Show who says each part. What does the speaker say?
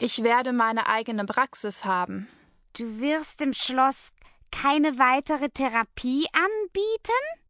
Speaker 1: Ich werde meine eigene Praxis haben.
Speaker 2: Du wirst im Schloss keine weitere Therapie anbieten?